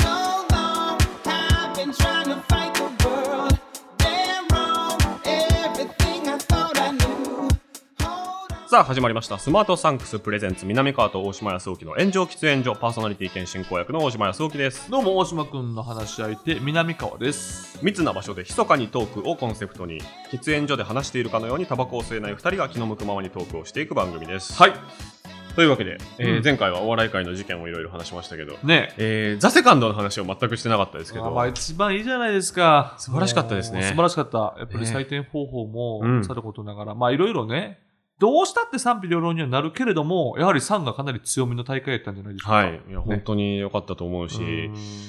So long, I've been trying to fight the world. Damn wrong, everything I thought I knew. Hold on. さあ始まりました。スマートサンクスプレゼンツ、南川と大島康沖の炎上喫煙所、パーソナリティ兼進行役の大島康沖です。どうも、大島くんの話し相手、南川です。密な場所で密かにトークをコンセプトに、喫煙所で話しているかのようにタバコを吸えない2人が気の向くままにトークをしていく番組です。はい。というわけで、えーうん前回はお笑い界の事件をいろいろ話しましたけど、ねえ。えーザ・セカンドの話を全くしてなかったですけあまあ、ど、一番いいじゃないですか。素晴らしかったですねもう素晴らしかった。やっぱりね採点方法うんもさることながら、まあいろいろね、どうしたって賛否両論にはなるけれども、やはり3がかなり強みの大会やったんじゃないでしょうか。はい。いや、本当に良かったと思うし、う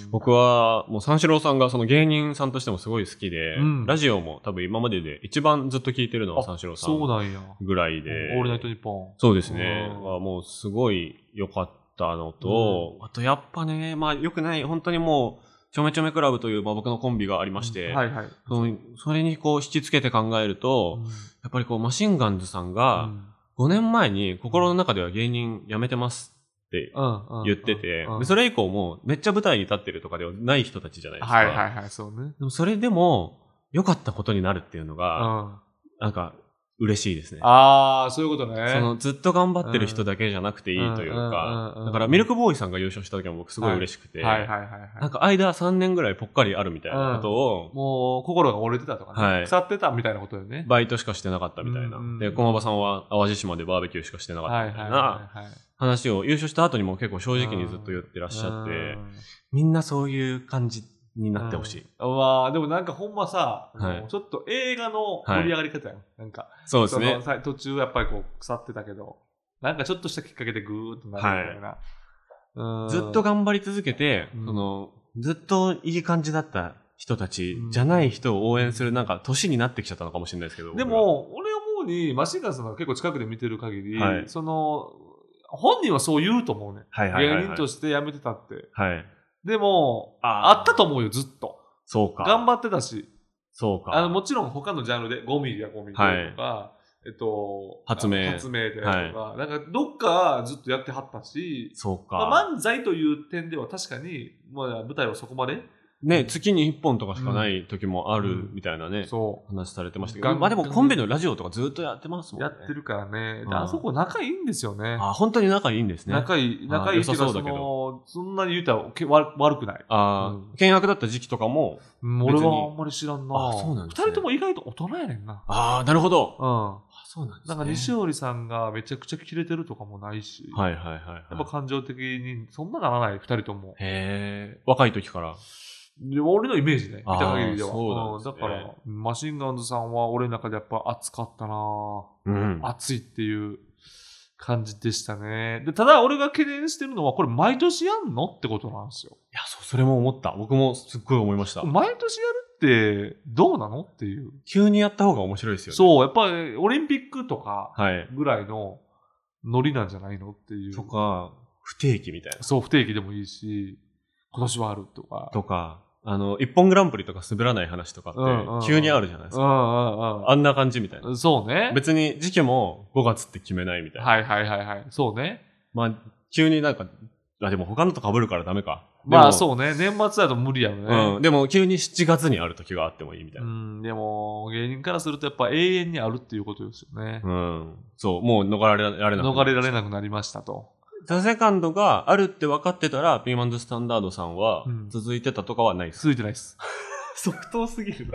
ん。僕はもう三四郎さんがその芸人さんとしてもすごい好きで、うんラジオも多分今までで一番ずっと聞いてるのはあ三四郎さそうんなんや。ぐらいで、オールナイトニッポン。そうですね、うんはもうすごい良かったのと、あとやっぱね、まあ良くない、本当にもう、ちょめちょめクラブという、まあ、僕のコンビがありまして、はいはい。そのそれにこう引きつけて考えると、うんやっぱりこうマシンガンズさんが5年前に心の中では芸人辞めてますってうんうん言ってて、うんでそれ以降もめっちゃ舞台に立ってるとかではない人たちじゃないですか。はいはいはい、そうね。でもそれでも良かったことになるっていうのうが、ん。なんか嬉しいですね。ああ、そういうことね。そのずっと頑張ってる人だけじゃなくていいといううんうんかうんう、んだからミルクボーイさんが優勝した時も僕すごい嬉しくて、はいはいはいはい。なんか間3年ぐらいぽっかりあるみたいなことを、もう心が折れてたとかね、はい腐ってたみたいなことだよね。バイトしかしてなかったみたいな。うんうんで、駒場さんは淡路島でバーベキューしかしてなかったみたいなはいはい。話を優勝した後にも結構正直にずっと言ってらっしゃってう、んみんなそういう感じになってほしい。。うんうわあでもなんかほんまさ、はいあのちょっと映画の盛り上がり方やん。なんか、そうですねの。さ途中やっぱりこう腐ってたけど、なんかちょっとしたきっかけでぐーっとなるみたいな。うんずっと頑張り続けて、うんそのずっといい感じだった人たちじゃない人を応援する、なんか年になってきちゃったのかもしれないですけど。でも、俺思うに、マシンガンさんが結構近くで見てる限り、はいその、本人はそう言うと思うね。僕ら、はいはいはい、はい。芸人として辞めてたって。はい。でも、ああったと思うよ、ずっと。そうか。頑張ってたし。そうか。あのもちろん他のジャンルで、ゴミやゴミでとか、えっと、発明あの発明でとか、なんかどっかずっとやってはったし、そうか。まあ、漫才という点では確かに、まあ、舞台はそこまで、ね、月に1本とかしかない時もあるみたいなね、そ話されてましたけガど。ンまあでもコンビのラジオとかずっとやってますもんう、ね。やってるからね。うんであそこ仲いいんですよね。あ、本当に仲いいんですね。仲いい、仲いいってあ良さいうかそうそだけの、そんなに言うたらけ悪悪くない。あーう険悪だった時期とかも、うん別俺にはあんまり知らんな。あそうなんですね二人とも意外と大人やねんな。ああ、なるほど。うあそうなんですん。なね。んか西織さんがめちゃくちゃキレてるとかもないし、はいはいはい、はい。やっぱ感情的にそんなならない、二人とも。へえ、若い時から。で俺のイメージね、あー見た限りでは。そうなんですねだから、マシンガンズさんは俺の中でやっぱ熱かったなうん熱いっていう感じでしたね。で、ただ俺が懸念してるのは、これ毎年やんのってことなんですよ。いや、そう、それも思った。僕もすっごい思いました。毎年やるってどうなのっていう。急にやった方が面白いですよね。そう、やっぱりオリンピックとかはい。ぐらいのノリなんじゃないのっていう。とか、不定期みたいな。そう、不定期でもいいし、今年はあるとか。とか、あの、一本グランプリとか滑らない話とかうんうんうっんて、急にあるじゃないですうんか。うんあんな感じみたいなう。ん。そうね。別に時期も5月って決めないみたいな。はいはいはいはい。そうね。まあ、急になんか、あ、でも他のと被るからダメか。まあう。そうね、年末だと無理やうろん。ね。でも急に7月にある時があってもいいみたういな。ん、でも、芸人からするとやっぱ永遠にあるっていうことですよねう。ん。そう、もう逃れられない。逃れられなくなりましたと。ザ・セカンドがあるって分かってたら、ピーマンズ・スタンダードさんはうん続いてたとかはないです。続いてないです。即答すぎる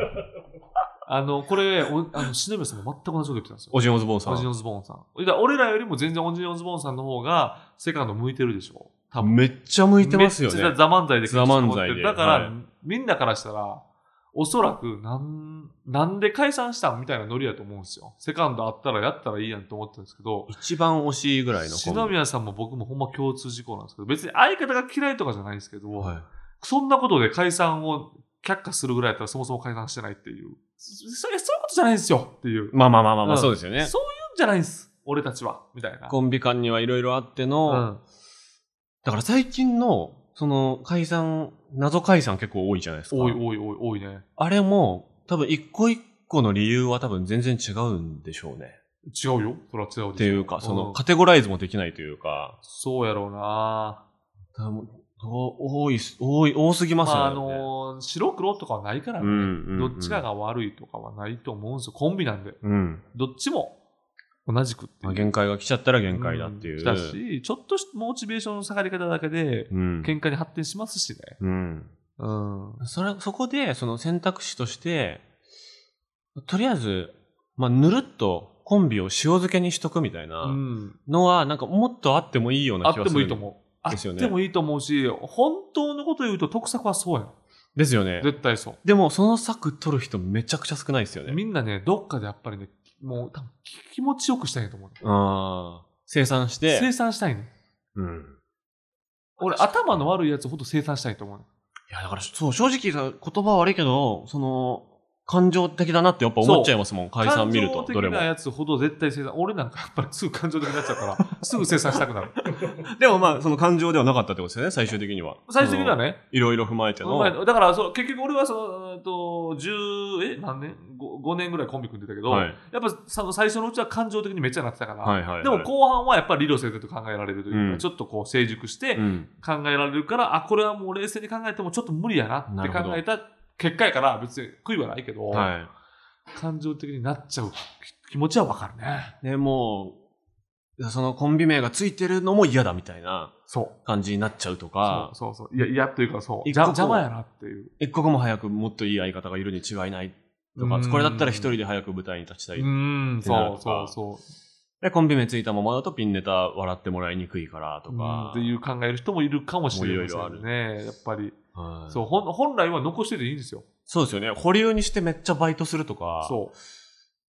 あの、これ、おあの、篠宮さんも全く同じこと言ってたんですよ。オジン・オズボーンさオジン・ん。オズボーンさん。だから俺らよりも全然オジン・オズボーンさんの方が、セカンド向いてるでしょ。多分。めっちゃ向いてますよめっちゃね。ザ・漫才で。ザ漫才でだから、はいみんなからしたら、おそらく、なん、なんで解散したんみたいなノリやと思うんですよ。セカンドあったらやったらいいやんと思ったんですけど、一番惜しいぐらいのコンビ篠宮さんも僕もほんま共通事項なんですけど、別に相方が嫌いとかじゃないですけど、はいそんなことで解散を却下するぐらいだったらそもそも解散してないっていう。そそれそういうことじゃないんですよっていう。まあまあまあまあまあ、うんそうですよね。そういうんじゃないんです。俺たちは。みたいな。コンビ間にはいろいろあっての、うんだから最近の、その解散、謎解散結構多いじゃないですか。多い多い多い多いね。あれも、多分一個一個の理由は多分全然違うんでしょうね。違うよ。それは違うっっていうか、そのかカテゴライズもできないというか、そうやろうな多分多多いす、多い、多すぎまますよね。あ、あのー白黒とかはないからね、うんうんうんどっちかが悪いとかはないと思うんですよ。コンビなんで。うん。どっちも同じくっていまうあ、限界が来ちゃったら限界だっていう。んだし、ちょっとしたモチベーションの下がり方だけで、うん。喧嘩に発展しますしね。うん。うん。それ、そこで、その選択肢として、とりあえず、まあ、ぬるっとコンビを塩漬けにしとくみたいなのは、なんかもっとあってもいいようあな気っがてすもる。いいと思う。あでっすよねてもいいと思うし、本当のこと言うと得策はそうやん。う。ですよね。絶対そう。でも、その策取る人めちゃくちゃ少ないですよね。みんなね、どっかでやっぱりね、もう多分気持ちよくしたいんやと思う。ああ。生産して。生産したいね。うん。俺、頭の悪いやつほど生産したいと思う。いや、だから、そう、正直さ、言葉悪いけど、その、感情的だなってやっぱ思っちゃいますもん。解散見ると、感情どれ的もな。やつほど絶対生産。俺なんかやっぱりすぐ感情的になっちゃ うから、すぐ生産したくなる。でもまあ、その感情ではなかったってことですよね、最終的には。最終的にはね。ね、いろいろ踏まえての。だからそう結局俺はその、うんと、10、え、何年 5, 年ぐらいコンビ組んでたけど、はいやっぱその最初のうちは感情的にめっちゃなってたから、はいはいはいでも後半はやっぱり理路整然と考えられるというか、うんちょっとこう成熟してうん。考えられるから、あ、これはもう冷静に考えてもちょっと無理やなって考えた結果やから、別に悔いはないけど、は感情的になっちゃう気持ちはわかるね。い。で、もう、そのコンビ名がついてるのも嫌だみたいなそう。感じになっちゃうとか、そうそうそう。いや、嫌というかそう。一じゃ個こう邪魔やなっていう。一刻も早くもっといい相方がいるに違いないとかう、んこれだったら一人で早く舞台に立ちたうい。ーん、そうってなそるうそで、コンビ名ついたままだとピンネタ笑ってもらいにくいからとう。うんか。っていう考える人もいるかもしれないですもういね。やっぱり。はいそう本本来は残してていいんですよ。そうですよね。保留にしてめっちゃバイトするとか、そ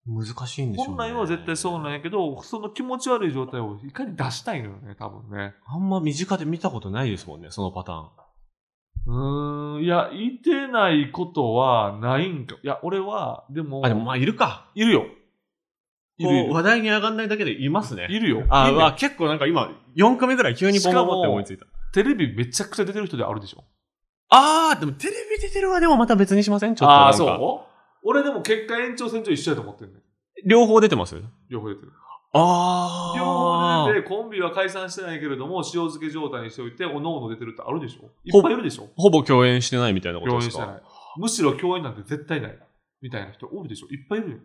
う難しいんでしょうね。本来は絶対そうなんやけど、その気持ち悪い状態をいかに出したいのよね、多分ね。あんま身近で見たことないですもんね、そのパターン。うーん、いや、いてないことはないんか。いや、俺は、でも、あ、でもまあいるか。いるよ。いるいこうる話題に上がんないだけでいますね。いるよ。あ、いるまよあ、結構なんか今、4組ぐらい急にボンボンボンって思いついた。テレビめちゃくちゃ出てる人であるでしょ。あー、でもテレビ出てるはでもまた別にしませんちょっとあなあんか。ー、そう俺でも結果延長線上一緒やと思ってるねん。両方出てます両方出てる。あー。両方出てて、コンビは解散してないけれども、塩漬け状態にしておいて、おのおの出てるってあるでしょいっぱいいるでしょほぼ共演してないみたいなこと共で演すしてなかい。むしろ共演なんて絶対ない。みたいな人多いでしょいっぱいいるよ。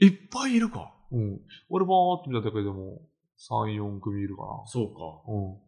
いっぱいいるか。うん。俺もーって見ただけでも、3、4組いるかな。そうか。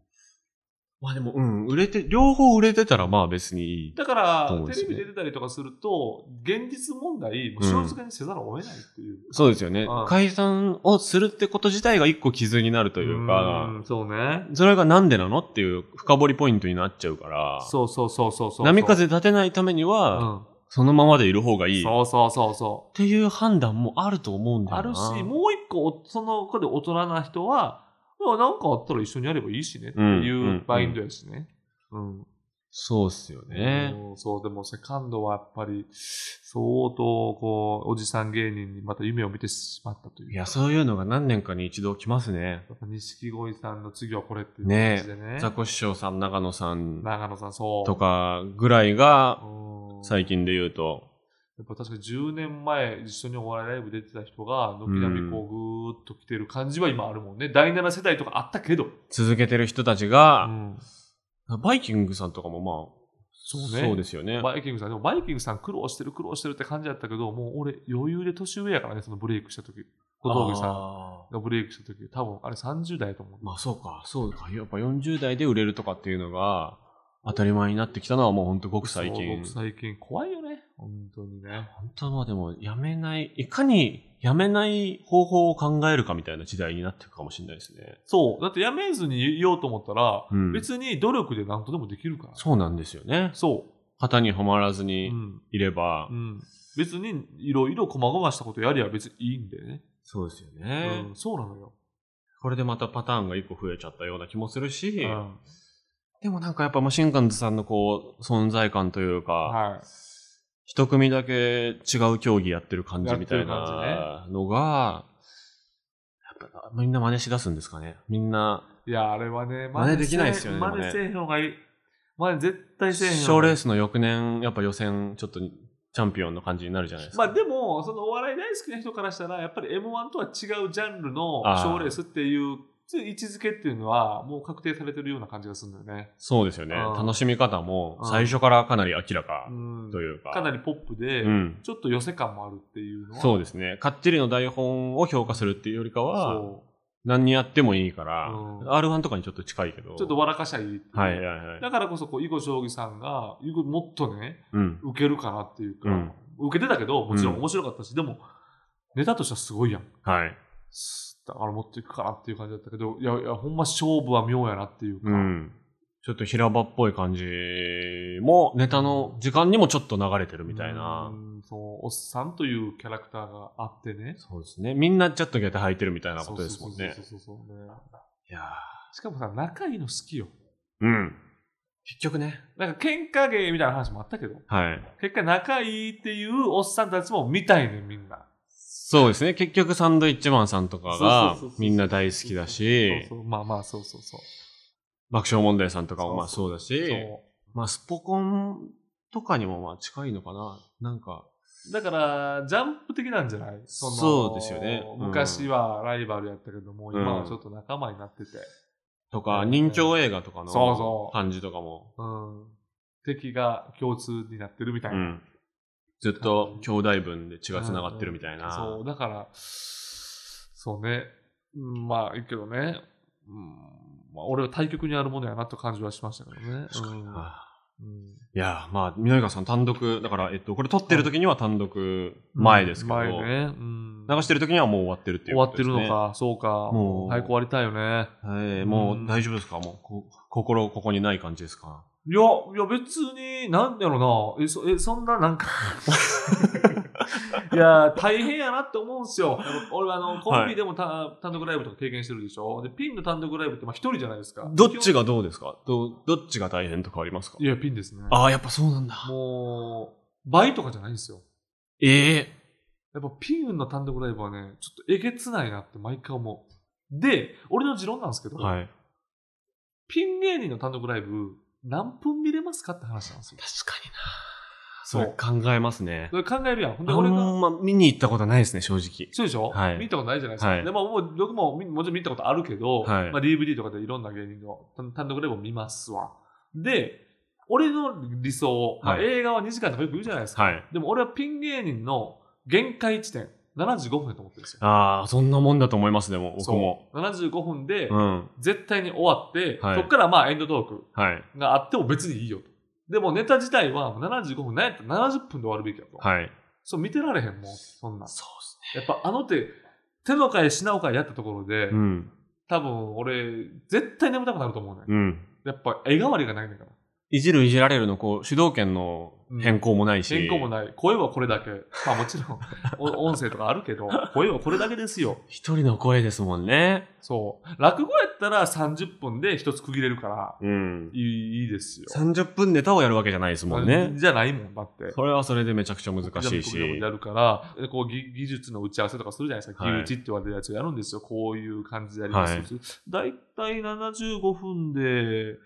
まあでも、うん、売れて、両方売れてたらまあ別にいい。だから、そうでテすレねビ出てたりとかすると、現実問題、もう塩漬けにせざるを得ないっていう。そうですよねうん。解散をするってこと自体が一個傷になるといううか、ん、そうね。それがなんでなのっていう深掘りポイントになっちゃうから、そうそうそうそうそう。波風立てないためにうは、ん。そのままでいる方がいい。そうそうそうそっう。ていう判断もあると思うんだあよな。るし、もう一個、その子で大人な人は、まあなんかあったら一緒にやればいいしねってうんういうんマインドやしね。うん。そうっすよね。うんそう、でもセカンドはやっぱり、相当、こう、おじさん芸人にまた夢を見てしまったという。いや、そういうのが何年かに一度来ますね。やっぱ錦鯉さんの次はこれっていうね感えじでね。ザコシショウさん、長野さん長野さん、そう。とかぐらいが、うん最近で言うと、やっぱ確か10年前、一緒にお笑いライブ出てた人が、軒並みこう、ぐーっと来てる感じは今あるもんね。第7世代とかあったけど。続けてる人たちうが、んバイキングさんとかもまあ、そうねですよね。バイキングさん、でもバイキングさん苦労してる苦労してるって感じだったけど、もう俺余裕で年上やからね、そのブレイクした時。小峠さんあがブレイクした時、多分あれ30代やと思ーう。まあそうか、そうか。やっぱ40代で売れるとかっていうのが、当たり前になってきたのはもうほんとごく最そう近僕。最近怖いよね、本当にね。本当はまあでも、やめない、いかにやめない方法を考えるかみたいな時代になっていくかもしれないですね。そう、だってやめずに言おうと思ったら、うん別に努力で何とでもできるから。そうなんですよね。そ型にはまらずう。うにん。いれば、うん。別にいろいろ細々したことやりゃ別にいいんでね。そうですようね、ん、そうなのよ。これでまたパターンが一個増えちゃったような気もするし、うん。でもなんかやっぱマシンガンズさんのこう、存在感というか、はい。一組だけ違う競技やってる感じみたいやってるなのが、やっぱみんな真似しだすんですかね。みんないや、あれはね、真似できないっすよね真似せえへん方がいい。真似絶対せえへん方がいい。賞レースの翌年、やっぱ予選、ちょっとチャンピオンの感じになるじゃないですまか。あでも、そのお笑い大好きな人からしたら、やっぱり M1 とは違うジャンルのあー賞レースっていう位置づけっていうのは、もう確定されてるような感じがするんだよね。そうですよね。うん楽しみ方もうん最初からかなり明らかうんというか。かなりポップで、うん。ちょっと寄せ感もあるっていうのは。そうですね。かっちりの台本を評価するっていうよりかは、そ何やってもいいから、うん R1 とかにちょっと近いけど。うちょっと笑かしゃいいっていうはいはいはい。だからこそこう、囲碁将棋さんが、囲碁もっとね、うん。受けるかなっていうか、うん受けてたけど、もちろんうん面白かったし、でも、ネタとしてはすごいやん。はい。すだから持っていくかなっていう感じだったけど、いやいや、ほんま勝負は妙やなっていうか、うん。ちょっと平場っぽい感じも、ネタの時間にもちょっと流れてるみたいなう。んそうおっさんというキャラクターがあってね。そうですね。みんなちょっと下駄履いてるみたいなことですもんねそう。そうそうそうそうねいやしかもさ、仲いいの好きよ。ーうん。結局ね。なんか喧嘩芸みたいな話もあったけど、はい。結果仲いいっていうおっさんたちも見たいね、みんな。そうですね。結局サンドイッチマンさんとかがそうそうそうそうみんな大好きだし、そうそうまあまあ、そうそうそう。爆笑問題さんとかもまあそうだし、そまあスポコンとかにもまあ近いのかな。なんか、うだから、ジャンプ的なんじゃないのそうですよねうん昔はライバルやったけども、うん今はちょっと仲間になってて。とか、人情映画とかそうのそう感じとかも、うん。敵が共通になってるみたいうな。ん。ずっと兄弟分で血が繋がってるみたいな。そう、だから、そうね。うんまあ、いいけどね。うんまあ、俺は対局にあるものやなと感じはしましたけどね。確かにな。うんうんいやー、まあ、南川さん単独、だから、えっと、これ撮ってる時には単独前ですけど、前ね。うん流してる時にはもう終わってるってい終うわことっでてす、るね。のか、そうか。もう早く終わりたいよね。はい、もう大丈夫ですかもうこ、心ここにない感じですかいや、いや別に、なんやろな。え、そえそんなな んか。いや、大変やなって思うんですよ。俺、あの、コンビでもた、単独ライブとか経験してるでしょ。で、ピンの単独ライブって、まあ、一人じゃないですか。どっちがどうですかどどっちが大変とかありますかいや、ピンですね。ああ、やっぱそうなんだ。もう、倍とかじゃないんですよ。ええやっぱピンの単独ライブはね、ちょっとえげつないなって毎回思う。で、俺の持論なんですけど、はい。ピン芸人の単独ライブ、何分見れますかって話なんですよ。 確かになそそうれ考えますねそ。れ考えるやん。ほんで、あ俺が、んま見に行ったことないですね、正直。そうでしょ、はい見たことないじゃないですか。はいでまあ、もう僕もみもちろん見たことあるけど、はいまあ、DVD とかでいろんな芸人の単単独ライブを見ますわ。で、俺の理想、まあ、はい映画は2時間とかよく言うじゃないですか。はい。でも俺はピン芸人の限界地点、75分やと思ってるんですよ。ああ、そんなもんだと思います、でも、僕も。そう75分でうん。絶対に終わって、はいそこからまあエンドトークはい。があっても別にいいよと。でもネタ自体は75分、なんやったら70分で終わるべきやと。はい。そう見てられへんもん、そんなん。そうですやっぱあの手、手の会、品の会やったところで、うん。多分俺、絶対眠たくなると思うね。うん。やっぱ絵代わりがないねんから。いじるいじられるの、こう、主導権の変更もないし。変更もない。声はこれだけ。まあもちろん、 お音声とかあるけど、声はこれだけですよ。一人の声ですもんね。そう。落語やったら30分で一つ区切れるから、うん。いいいいですよ。 30分ネタをやるわけじゃないですもんね。じゃないもん、だって。それはそれでめちゃくちゃ難しいジャンプしでも。やるから、こう技技術の打ち合わせとかするじゃないですか。はい技打ちって言われるやつをやるんですよ。こういう感じでやります。だいたい75分で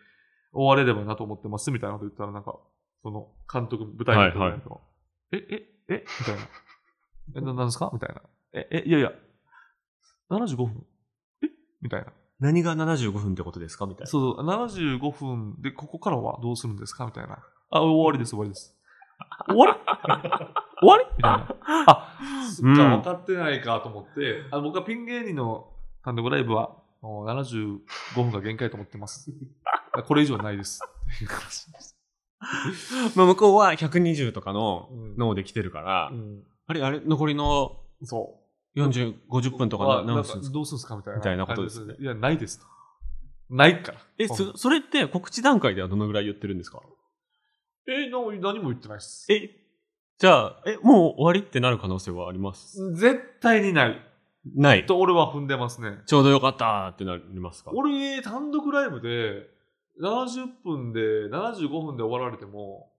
終われればなと思ってますみたいなこと言ったら、なんか、その監督、舞台監督なんかがえ、え、えみたいな。え、ななんですかみたいな。え、え、いやいや、75分えみたいな。何が75分ってことですかみたいな。そうそう、75分で、ここからはどうするんですかみたいな。あ、終わりです、終わりです。終わり 終わりみたいな。あ、そっか、うん分かってないかと思って、あ僕はピン芸人の単独ライブは、もう75分が限界と思ってます。 これ以上ない です。っていう感じですまあ、向こうは120とかのうん脳で来てるから、うんあれあれ残りのそ40、50分う。とかなまあな何んすかるんですかどうするんですかみたいな。みたいなことですねいや、ないです。ないから。え、そ、それって告知段階ではどのぐらい言ってるんですかえな何も言ってないです。え、じゃあ、え、もう終わりってなる可能性はあります絶対にない。ない。と、俺は踏んでますね。ちょうどよかったってなりますか俺、単独ライブで、70分で、75分で終わられても、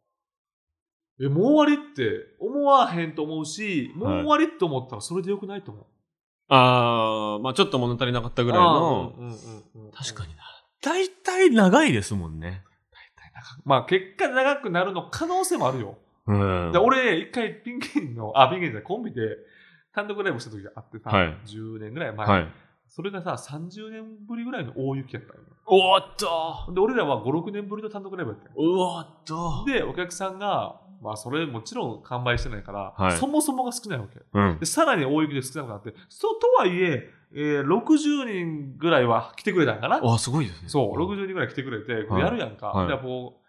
え、もう終わりって思わへんと思うし、もう終わりって思ったらそれでよくないと思う。ああ、まあちょっと物足りなかったぐぐらいの。うんうんうんうん確かにな。大体長いですもんね。まあ結果長くなるの可能性もあるよ。うんで俺、一回ピン芸人の、あ、ピン芸人じゃないコンビで単独ライブした時があってさ、はい10年ぐらい前、はい。それがさ、30年ぶりぐらいの大雪やったのよおーっとで、俺らは5、6年ぶりの単独ライブやったのうわっとで、お客さんが、まあそれもちろん完売してないから、はいそもそもが少ないわけ。うん。で、さらに大雪で少なくなって、そうとはいえ、えー60人ぐらいは来てくれたんかな。あ、すごいですね。そう、60人ぐらい来てくれて、これやるやんか。はいでこう、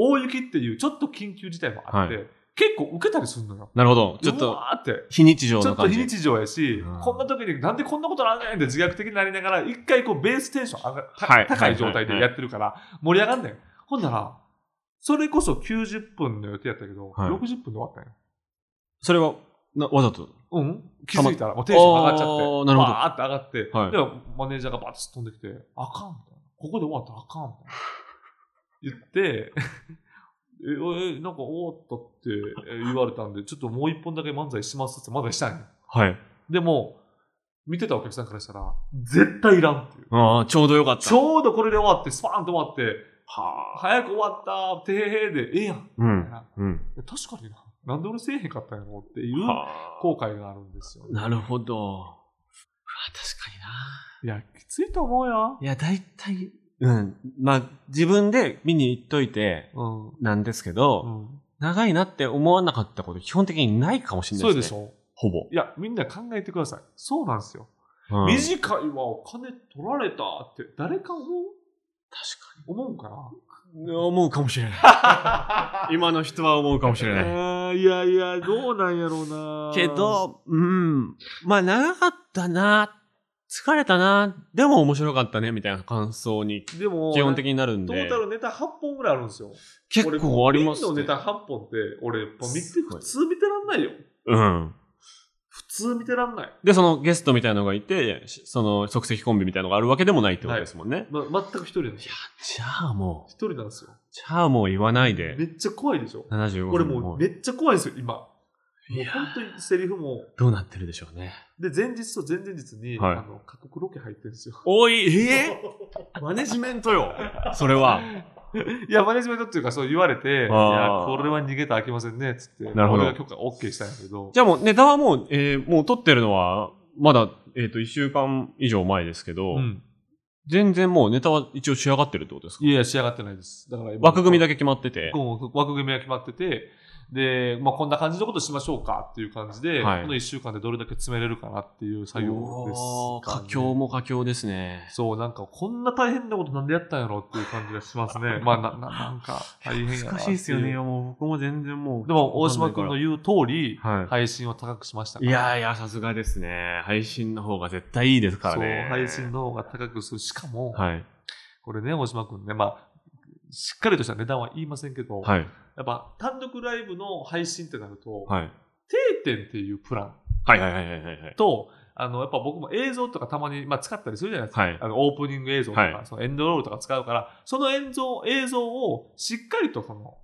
大雪っていうちょっと緊急事態もあって、結構受けたりするのよ。なるほど。ちょっうと、わーって。非日常ちょのっと感非じ。日常やし、うんこんな時になんでこんなことなんねんって自虐的になりながら、一回こうベーステンション上が、たはい高い状態でやってるから、盛り上がんねん。ほんなら、それこそ90分の予定やったけど、はい60分で終わったんよ。それは、なわざと。うん気づいたら、もうテンション上がっちゃってあー、なるほどバーって上がって、はいでマネージャーがバッと飛んできて、あかんみたいな。ここで終わったらあかんみたいな。言って、 ええ、なんか終わったってえ言われたんで、ちょっともう一本だけ漫才しますって漫才したんよ。はい。でも、見てたお客さんからしたら、絶対いらんっていう。ああ、ちょうどよかった。ちょうどこれで終わって、スパーンと終わって、はあ。早く終わったてへへで、ええやん。うみたいん。なうん。いや確かにな。なんで俺せえへんかったんやろっていうは後悔があるんですよあ。。なるほど。うわ、確かにな。いや、きついと思うよ。いや、大体、うん。まあ、自分で見に行っといて、うん。なんですけど、うん長いなって思わなかったこと基本的にないかもしれないそうですね。でしょほぼ。いや、みんな考えてください。そうなんですよ。うん確短いはお金取られたって誰か思う思うかな思うかもし れない。今の人は思うかもしれえない。ーいやいや、どうなんやろうな。け、ど、うん。まあ、長かったな。疲れたな。でも面白かったね。みたいな感想にでも、基本的になるんトーでタ。ルネタ8本ぐらいあるんですよ。結構ありますね俺ピンの。ネタ8本って、俺やっぱ見て、すごい普通見てらんないよ。うん。普通見てらんない。で、そのゲストみたいなのがいて、しその即席コンビみたいなのがあるわけでもないってことですもんね。ま、全く一人なんですよ。じゃあもう一、人なんですよ。じゃあもう言わないでめ。っちゃ怖いでしょ。 75分。俺もうめっちゃ怖いんですよ、今。もういや本当にセリフも。どうなってるでしょうね。で、前日と前々日に、はいあの、過酷ロケ入ってるんですよ。 おい、えー、マネジメントよ。 それは。いや、マネジメントっていうか、そう言われて、いや、あーこれは逃げたらあきませんね、つって。なるほど俺が許可 OK したんやけど。じゃあもうネタはもう、えーもう撮ってるのは、まだ、えっ、と、1週間以上前ですけど、うん。全然もうネタは一応仕上がってるってことですかいやいや、仕上がってないです。だから今枠組みだけ決まってて。こう枠組みが決まってて、で、まあ、こんな感じのことしましょうかっていう感じで、はいこの1週間でどれだけ詰めれるかなっていう作業ですおーかね、佳境も佳境ですね。そう、なんか、こんな大変なことなんでやったんやろっていう感じがしますね。まあ、な、ななんか、大変やなってうもう僕も全然もうでも、大島君の言う通り、はい配信を高くしましたかいら。やいや、さすがですね。配信の方が絶対いいですからね。そう、配信の方が高くする。しかも、はい。これね、大島君ね、まあ、しっかりとした値段は言いませんけど、はい。やっぱ単独ライブの配信ってなると、はい。定点っていうプランはいはいはいはいはい。と、あの、やっぱ僕も映像とかたまに、まあ、使ったりするじゃないですか。はいあのオープニング映像とか、はいそのエンドロールとか使うから、その映像映像をしっかりとその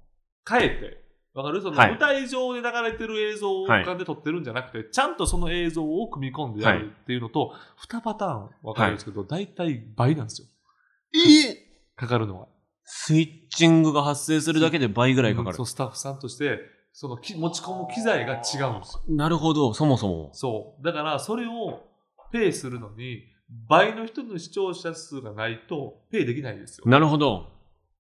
変えて、わかるそのはい舞台上で流れてる映像をはい浮かんで撮ってるんじゃなくて、ちゃんとその映像を組み込んでやるっていうのと、2パターン分かれるんですけど、大体倍なんですよ。かかるのは。スイッチングが発生するだけで倍ぐらいかかうんるそ。うスタッフさんとして、そのき持ち込む機材が違うんですよ。なるほど、そもそも。そう。だから、それをペイするのに、倍の人の視聴者数がないと、ペイできないですよ。なるほど。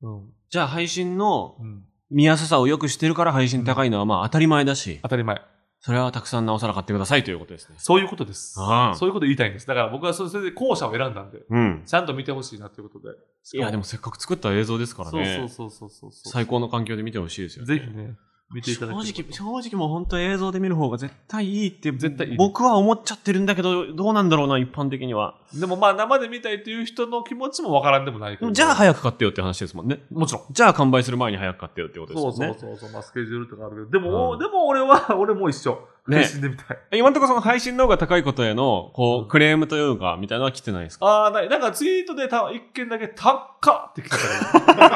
うん。じゃあ配信のうん。見やすさを良くしてるから配信高いのはまあ当たり前だし、当たり前。それはたくさんなおさら買ってくださいということですね。そういうことです。ああそういうこと言いたいんです。だから僕はそれそれで後者を選んだんで、うん。ちゃんと見てほしいなということで。いや、でもせっかく作った映像ですからね。そうそうそうそうそうそう。最高の環境で見てほしいですよね。ぜひね、見ていた正だき直、正直もう本当映像で見る方が絶対いいって、絶対いい僕は思っちゃってるんだけど、どうなんだろうな、一般的には。でもまあ生で見たいという人の気持ちもわからんでもないけでど。もじゃあ早く買ってよって話ですもんね。もちろん。じゃあ完売する前に早く買ってよってことですそもうんね。そうそうそう、まあ、スケジュールとかあるけど、でも、うんでも俺は、俺も一緒。ね配信で見たい。今んところその配信の方が高いことへの、こう、クレームというか、みたいなのは来てないですかああ、ない。なんかツイートでた一件だけ、たっかって聞いたか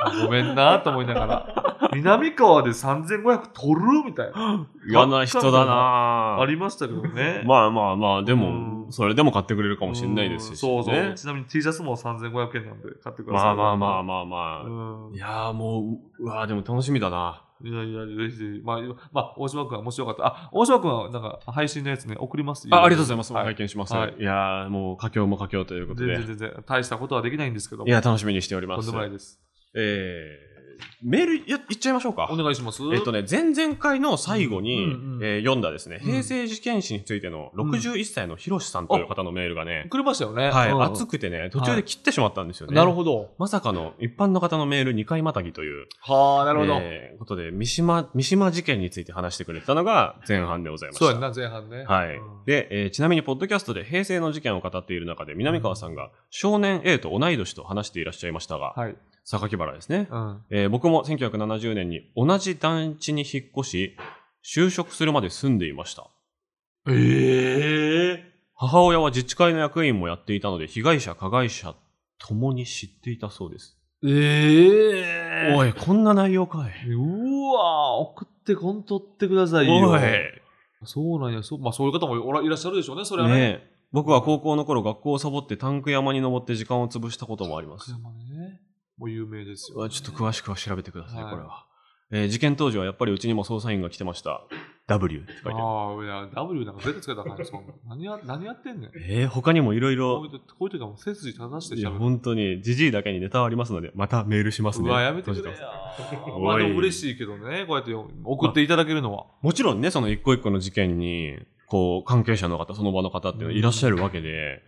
ら。ごめんなと思いながら。南川で3500取るみたいな。嫌な人だなありましたけどね。まあまあまあ、でうも、んそれでも買ってくれるかもしれないですし、うんそうそう、ねちなみに T シャツも3500円なんで買ってくださまあい。まあまあまあまあ。うんいやーもう、うわーでも楽しみだな。いやいや、ぜひぜひ。まあ、まあ、大島君はもしよかったら。あ、大島君はなんか配信のやつね、送りますあありがとうございます。はい拝見します。はいい、やーもう、佳境も佳境ということ全で然。全然、大したことはできないんですけども。いや、楽しみにしておりまとんすでも。ないです。えー、メールや、いっちゃいましょうか。お願いします。えっとね、前々回の最後に、うんうんうんえー読んだですね、うん平成受験史についての61歳のひろしさんという方のメールがね、くれましたよね。はい、うん熱くてね、途中で切ってしまったんですよね。なるほど。まさかの一般の方のメール2回またぎという、はあ、なるほど。えーことで、三島、三島事件について話してくれたのが前半でございました。そうやんな、前半ね。はいうん。で、えーちなみに、ポッドキャストで平成の事件を語っている中で、南川さんが少年 A と同い年と話していらっしゃいましたが、はい。榊原ですね、うん。えー僕も1970年に同じ団地に引っ越し、就職するまで住んでいました。ええ母親は自治会の役員もやっていたので、被害者、加害者ともに知っていたそうです。ー。ええおい、こんな内容かい。うわ送ってこんとってくださいよ。おい。そうなんや。そう、まあそういう方もおらいらっしゃるでしょうね、それはねね。え僕は高校の頃学校をサボってタンク山に登って時間を潰したこともあります。山ね。もう有名ですうよ、わちょっと詳しくは調べてください、はいこれは、えー事件当時はやっぱりうちにも捜査員が来てました。W って書いてあああ、いや、W なんか絶対つけたらあかんよそんな。何や、何やってんねん。る。えー他にもいろいこういろう、とこういう時はもう背筋正していしや、ゃべる。本当に、じじいだけにネタはありますので、またメールしますうね。わ、やめてく閉れじてやます。まあでおもい嬉しいけどね、こうやってよ送っていただけるのは。もちろんね、その一個一個の事件に、こう、関係者の方、その場の方っていうのはいらっしゃるわけで、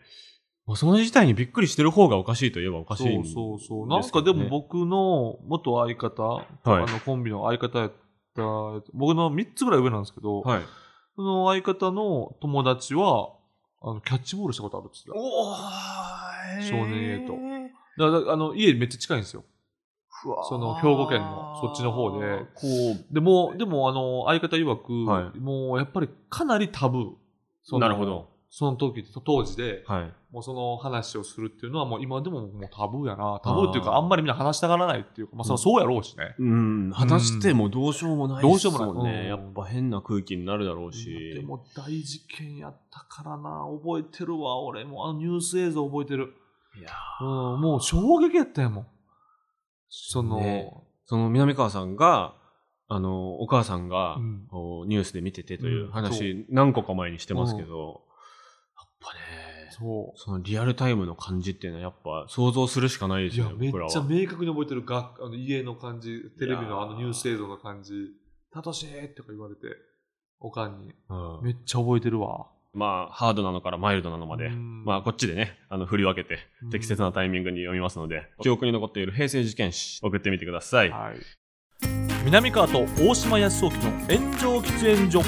まあその事態にびっくりしてる方がおかしいといえばおかしいそんうですそうそう。なんかでも僕の元相方、はいあのコンビの相方やった、僕の3つぐらい上なんですけど、はい。その相方の友達は、あの、キャッチボールしたことあるって言ってお少年 A とた。だから、あの、家めっちゃ近いんですよ。その、兵庫県の、そっちの方で。こう、でも、でも、あの、相方曰く、はもう、やっぱりかなりタブー。そのなるほ。ど。その時、当時で、はい。もうその話をするっていうのは、もう今でももうタブーやな。タブーっていうか、あーあんまりみんな話したがらないっていうか、まあ、それはそうやろうしね。うん、果たしてもどうしようもないどうしようもないですんね。うんやっぱ変な空気になるだろうでし。も大事件やったからな、覚えてるわ、俺も。あのニュース映像覚えてる。いやうん、もう衝撃やったやもん。その、ねその南川さんが、あの、お母さんが、うんこうニュースで見ててというんう話、何個か前にしてますけど、やっぱね、そそのリアルタイムの感じっていうのはやっぱ想像するしかないでう。いすよや、ね、めっ僕らは。ちゃ明確に覚えてるがあの家の感じ、テレビのあのニュース映像の感じ、たとしーとか言われて、おかんに。うんめっちゃ覚えてるわ。まあ、ハードなのからマイルドなのまで、うんまあ、こっちでね、あの、振り分けて、適切なタイミングに読みますので、記憶に残っている平成事件史、送ってみてください。はい。南川と大島康雄の炎上喫煙所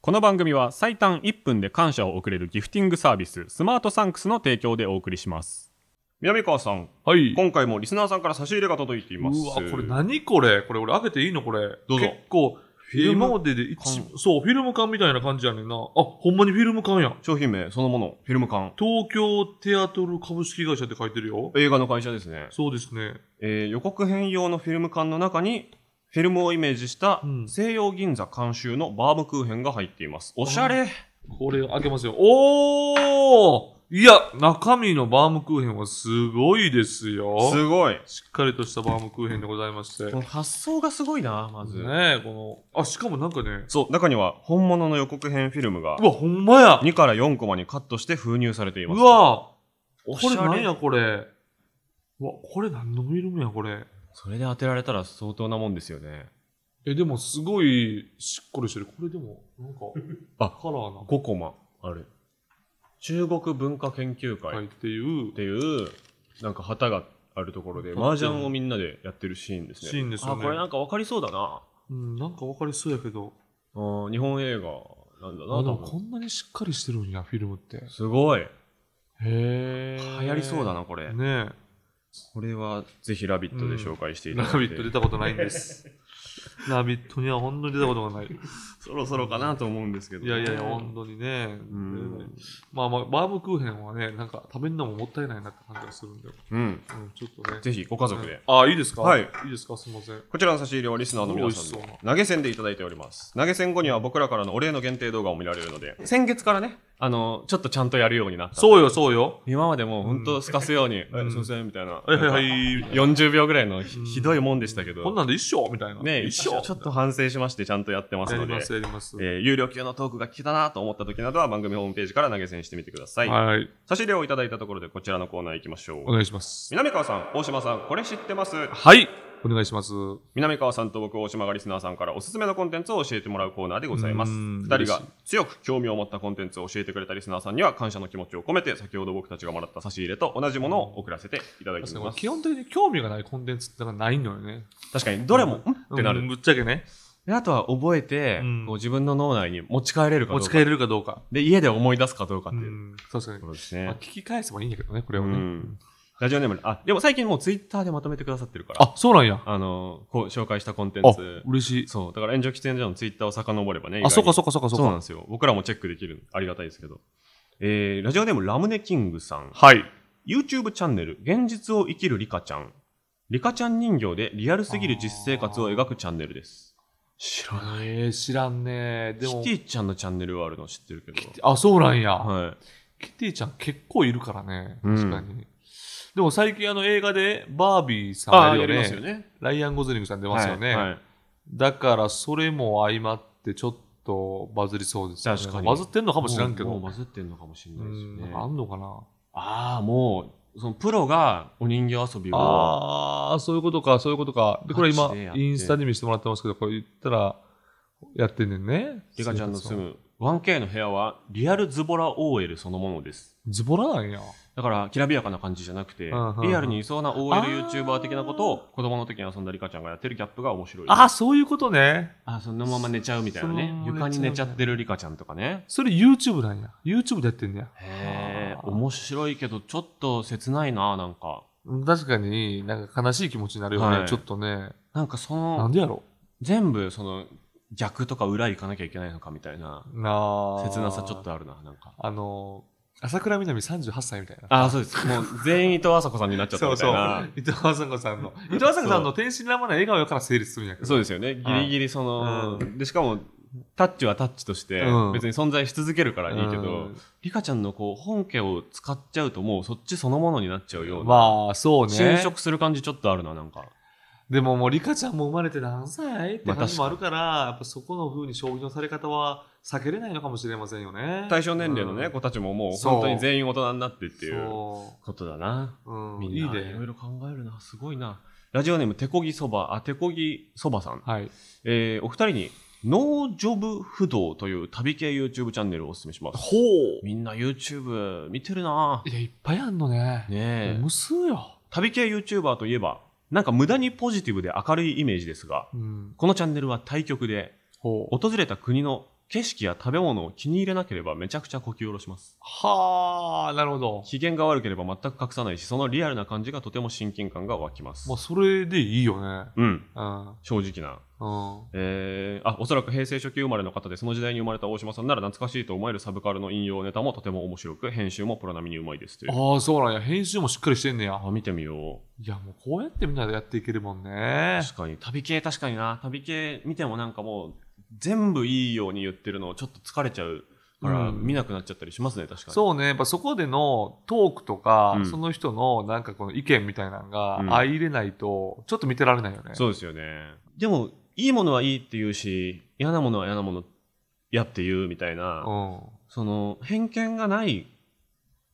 この番組は最短1分で感謝を送れるギフティングサービス、スマートサンクスの提供でお送りします。南川さん、はい。今回もリスナーさんから差し入れが届いていうます。わ、これ何これこれ俺開けていいのこれ。どうぞ結構、ィルム今までで一缶、そう、フィルム缶みたいな感じやねんな。あ、ほんまにフィルム缶やん。商品名そのもの、フィルム缶。東京テアトル株式会社って書いてるよ。映画の会社ですね。そうですね。えー予告編用のフィルム缶の中にフィルムをイメージしたうん西洋銀座監修のバームクーヘンが入っています。おしゃれこれ開けますよ。おーいや、中身のバームクーヘンはすごいですよ。すごいしっかりとしたバームクーヘンでございましこて。ねの発想がすごいな、まず。え、この、あ、しかもなんかね、そう、中には本物の予告編フィルムがうわ、ほんまや2から4コマにカットして封入されています。うわおしこれゃ何れやこれ。うわ、これ何のフィルムやこれ。それで当てられたら相当なもんですよね。え、でもすごいしっかりしてる。これでも、なんか、あカラーな5コマある。中国文化研究会はいっっていうていう、なんか旗があるところで、麻雀をみんなでやってるシーンですね。シーンですよねあ、これなんかわかりそうだな。うん、なんかわかりそうやけど、あー日本映画なんだな、あで多もこ分。んなにしっかりしてるんや、フィルムって。すごい。へー流行りそうだな、これ。ねこれはぜひ「ラビット!」で紹介してえ。いたラだいビて、ット出たことないんです。 「 ラビット!」には本当に出たことがない。いそろそろかなと思うんですけど、やいやいや、本当にね。んまあまあ、バームクーヘンはね、なんか食べるのももったいないなって感じがするんだよ。うん。うん、ちょっとね。ぜひご家族で。あ、いいですかはい。いいですかすいません。こちらの差し入れはリスナーの皆さん美味しで投げ銭でいただいております。投げ銭後には僕らからのお礼の限定動画を見られるので、先月からね、あの、ちょっとちゃんとやるようになった。そうよ、そうよ。今までもう本当透かすように、んえすいませんみたいな。はいはいはい。 40秒ぐらいのひひどいもんでしたけど。こんなんで一緒みたいな。ね、一一応緒ちょっと反省しましてちゃんとやってますやのりでま、す、やります。えー有料級のトークが聞けたなと思った時などは番組ホームページから投げ銭してみてください。はい。差し入れをいただいたところでこちらのコーナー行きましょおう。願いします。南川さん、大島さん、これ知ってますはい。お願いします。南川さんと僕、大島がリスナーさんからおすすめのコンテンツを教えてもらうコーナーでございます。うーん二人嬉しがい強く興味を持ったコンテンツを教えてくれたリスナーさんには感謝の気持ちを込めて、先ほど僕たちがもらった差し入れと同じものを送らせていただいて確いかにま俺す。基本的に興味がないコンテンツってなんかないのよね。確かに、どれも、んってなうんる。ぶっちゃけね。であとは覚えて、うんこう自分の脳内に持ち帰れるかど持うちか。帰れるかどうか。で、家で思い出すかどうかっうていうとん。確かにこ。ろですまあね聞。き返せばいいんだけどね、これをうね。ん。ラジオネーム、あ、でも最近もうツイッターでまとめてくださってるから。あ、そうなんや。あの、こう紹介したコンテンあツ、。嬉しい。そう、だから炎上喫煙所のツイッターを遡ればね。あ、そうかそそうかそうかうそうそうなんか。ですよ。僕らもチェックできる。ありがたいですけど。えー、ラジオネームラムネキングさん。はい。 YouTube チャンネル、現実を生きるリカちゃん。リカちゃん人形でリアルすぎる実生活を描くチャンネルです。知らない。えー知らんねえ。でキもテ、ィちゃんのチャンネルはあるの知ってるけど。あ、そうなんや。はい。キティちゃん結構いるからね。うん確かに。でも最近あの映画でバービーさんあやあ、るやよねりますよね。ライアン・ゴズリングさん出ますよね。はいはいだからそれも相まってちょっとバズりそうですよね。確かにバズってんのかもしらんけど。もうもうバズってんのかもしれうないですよん、なねんか。あんのかな。ああ、もう、そのプロがお人形遊びを。ああ、そういうことか、そういうことか。で、これマ今ジでやっ、てインスタで見せてもらってますけど、これ言ったら、やってんねんね。リカちゃんの住む 1K の部屋はリアルズボラ OL そのものです。ズボラなんや。だから、きらびやかな感じじゃなくてうんうんう、んリアルにいそうな OL あー YouTuber 的なことを子供の時に遊んだリカちゃんがやってるギャップが面白い。ああ、そういうことね。あー、そのまま寝ちゃうみたいなねその。まま床寝ちゃうに寝ちゃってるリカちゃんとかね。それ YouTube なんや。YouTube でやってんねや。へえあ、ー面白いけど、ちょっと切ないな、なんか。うん確かに、なんか悲しい気持ちになるよね、はいちょっとね。なんかそなんの、でやろ全部その、逆とか裏行かなきゃいけないのかみたいな、なあ切なさちょっ。とあるな、なんか。あの、朝倉みなみ38歳みたいな。ああ、そうです。もう全員伊藤麻子さんになっちゃったそうみたいそうな。。伊藤麻子さんの。伊藤麻子さんの天真爛漫な笑顔やから成立するんやけ ど。そうですよね。ギリギリその、うで、しかも、タッチはタッチとしてうん、別に存在し続けるからいいけど、うんリカちゃんのこう、本家を使っちゃうともうそっちそのものになっちゃうような。まあ、そうね。侵食する感じちょっとあるな、なんか。でももうリカちゃんも生まれて何歳ってまあ話もあるから、やっぱそこの風に将棋のされ方は避けれないのかもしれませんよね。対象年齢のね、うん子たちももうそう本当に全員大人になってっていうそことだな。う。うん、みいいんないろいね。ろ考えるな、すごいな。ラジオネーム、手こぎそば、あ、手こぎそばさん。はい。えーお二人に、ノージョブ不動という旅系 YouTube チャンネルをお勧めします。ほう。みんな YouTube 見てるないや、いっぱいあんのね。ねえ無数よ。旅系 YouTuber といえば、なんか無駄にポジティブで明るいイメージですが、うん。このチャンネルは対局で、ほう。訪れた国の景色や食べ物を気に入れなければめちゃくちゃこき下ろします。はあ、なるほど。機嫌が悪ければ全く隠さないし、そのリアルな感じがとても親近感が湧きますまあ、。それでいいよね。うん、うん。うん。正直な。えーあ、おそらく平成初期生まれの方で、その時代に生まれた大島さんなら懐かしいと思えるサブカルの引用ネタもとても面白く、編集もプロ並みにうまいですという。ああ、そうなんや。編集もしっかりしてんねや。あ、見てみよう。いや、もうこうやってみんなでやっていけるもんね。確かに旅系確かにな旅系見てもなんかもう全部いいように言ってるのちょっと疲れちゃうからうん見なくなっちゃったりしますね確かにそうね、やっぱそこでのトークとか、うんその人のなんかこの意見みたいなのがうん相入れないと、ちょっと見てられないよね。そうですよねでもいいものはいいって言うし嫌なものは嫌なものやって言うみたいな、その偏見がない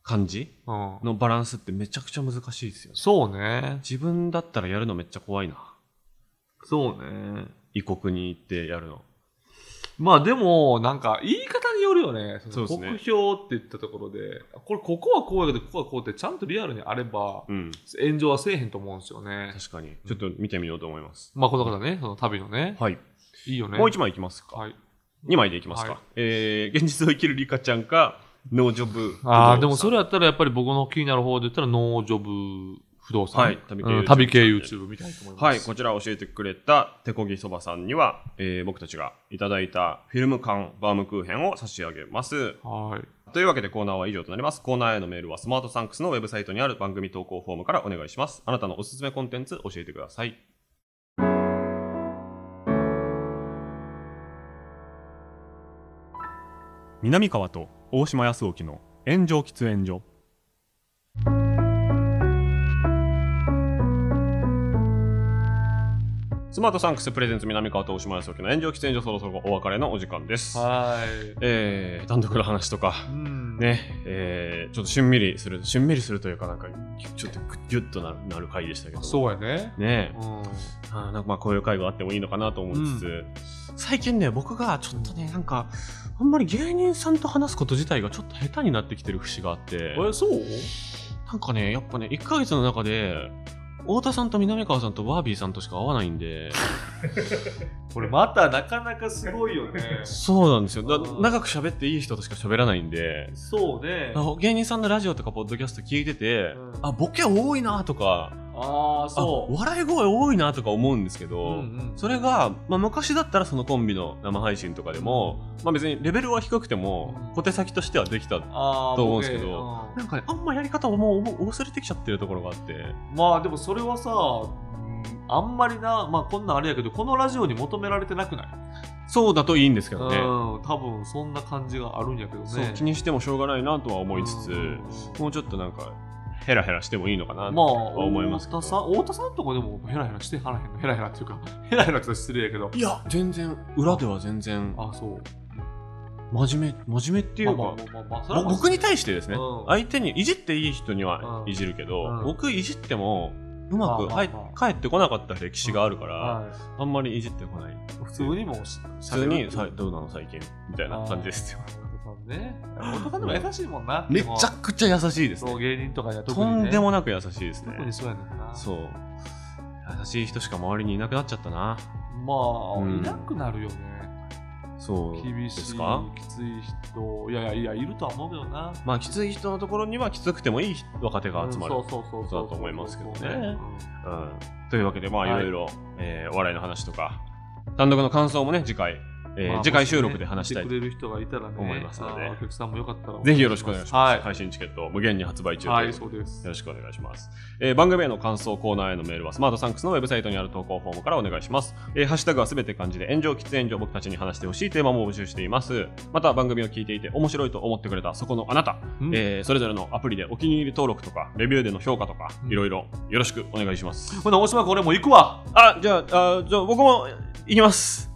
感じうん。うん。のバランスってめちゃくちゃ難しいですよねそうね。自分だったらやるのめっちゃ怖いなそうね。異国に行ってやるのまあでも、なんか言い方によるよね。そうですね国評って言ったところで、これ、ここはこうやけど、ここはこうってちゃんとリアルにあれば、うん炎上はせえへんと思うんですよね。確かにちょっと見てみようと思います、まあこの方ね、その旅のね。はいいいよね。もう一枚いきますか、はい。 2枚でいきますか、はいえー現実を生きるリカちゃんかノージョブああ、でもそれはやったらやっぱり僕の気になる方で言ったら、ノージョブ不不動産、はい旅系うん旅系 YouTube YouTube みたいと思います。はい、こちらを教えてくれた手こぎそばさんには、えー僕たちがいただいたフィルム缶バームクーヘンを差し上げます。はい。というわけでコーナーは以上となります。コーナーへのメールはスマートサンクスのウェブサイトにある番組投稿フォームからお願いします。あなたのおすすめコンテンツ教えてください。南川と大島康沖の炎上喫煙所。スマートサンクスプレゼンツ南川と大島康沖の炎上喫煙所そろそろお別れのお時間です。はい。えー、単独の話とか、うん。ね、えーちょっとしんみりする、しんみりするというか、なんか、ちょっとぎゅっとなるなる回でしたけど、そうやね。ねうん。あーなんかまあこういう回があってもいいのかなと思いつつ、最近ね、僕がちょっとね、なんか、あんまり芸人さんと話すこと自体がちょっと下手になってきてる節があって、え、そうなんかね、やっぱね、1ヶ月の中で、太田さんと南川さんとバービーさんとしか会わないんで、これまたなかなかすごいよね。 そうなんですよ。だあー長く喋っていい人としか喋らないんで、そうね。あ芸人さんのラジオとかポッドキャスト聞いてて、うんあボケ多いなとかああ、あそう。笑い声多いなとか思うんですけど、うんうんそれが、まあ、昔だったらそのコンビの生配信とかでも、まあ、別にレベルは低くてもうん小手先としてはできたあーと思うんですけどもうねなんかあんまやり方をもうもう忘れてきちゃってるところがあってうんまあでもそれはさ、うんあんまりな、まあこんなんあれやけど、このラジオに求められてなくないそうだといいんですけうどんね、、多分そんな感じがあるんやけどね。そう気にしてもしょうがないなとは思いつつ、うんもうちょっとなんかヘラヘラしてもいいのかなまあとは、思いますけど、太田さん、太田さんとかでもヘラヘラしてはらへんの、ヘラヘラっていうか、 ヘラヘラって言ったら失礼やけど。いや全然裏では全然あ、そう。真面目真面目っていうか、まあまあまあまあそれはぼまあ僕に対してですね、うん相手にいじっていい人にはうんいじるけど、うん僕いじってもうまくまあはいまあまあ帰ってこなかった歴史があるから、はいあんまりいじってこない普通にもう普ししゃべ通るにさどうなの最近みたいな感じですよあー太田さんね。太 田さんでも優しいもんな。めちゃくちゃ優しいですそうね芸人とかやとんでももなく優しいですね特にそうやねんな。そう優しい人しか周りにいなくなっちゃったなまあ、うんいなくなるよね。そう厳しい、できつすいか人、いやいやいや、いるとは思うけどな。まあきつい人のところにはきつくてもいい若手が集まる、うんそうそうそこうとそうだと思いますけどねうんうんというわけで、まあ、いはろいいろ、えーお笑いの話とか、単独の感想もね、次回、えーまあ次回収録で話したいもとしね見てくれる人がいたらね、思いますのであーお客さんもよかったら。ぜひよろしくお願いします。は配信チケット、無限に発売中い。とはいうい、ことでそうですよ。ろしくお願いします、えー番組への感想コーナーへのメールはスマートサンクスのウェブサイトにある投稿フォームからお願いします、えーハッシュタグはすべて漢字で炎上喫煙所僕たちに話してほしいテーマも募集していますまた番組を聞いていて面白いと思ってくれたそこのあなた、うんえーそれぞれのアプリでお気に入り登録とかレビューでの評価とかうんいろいろよろしくお願いしますほな、大島君、俺もう行くわ。あじゃああじゃあ僕も行きます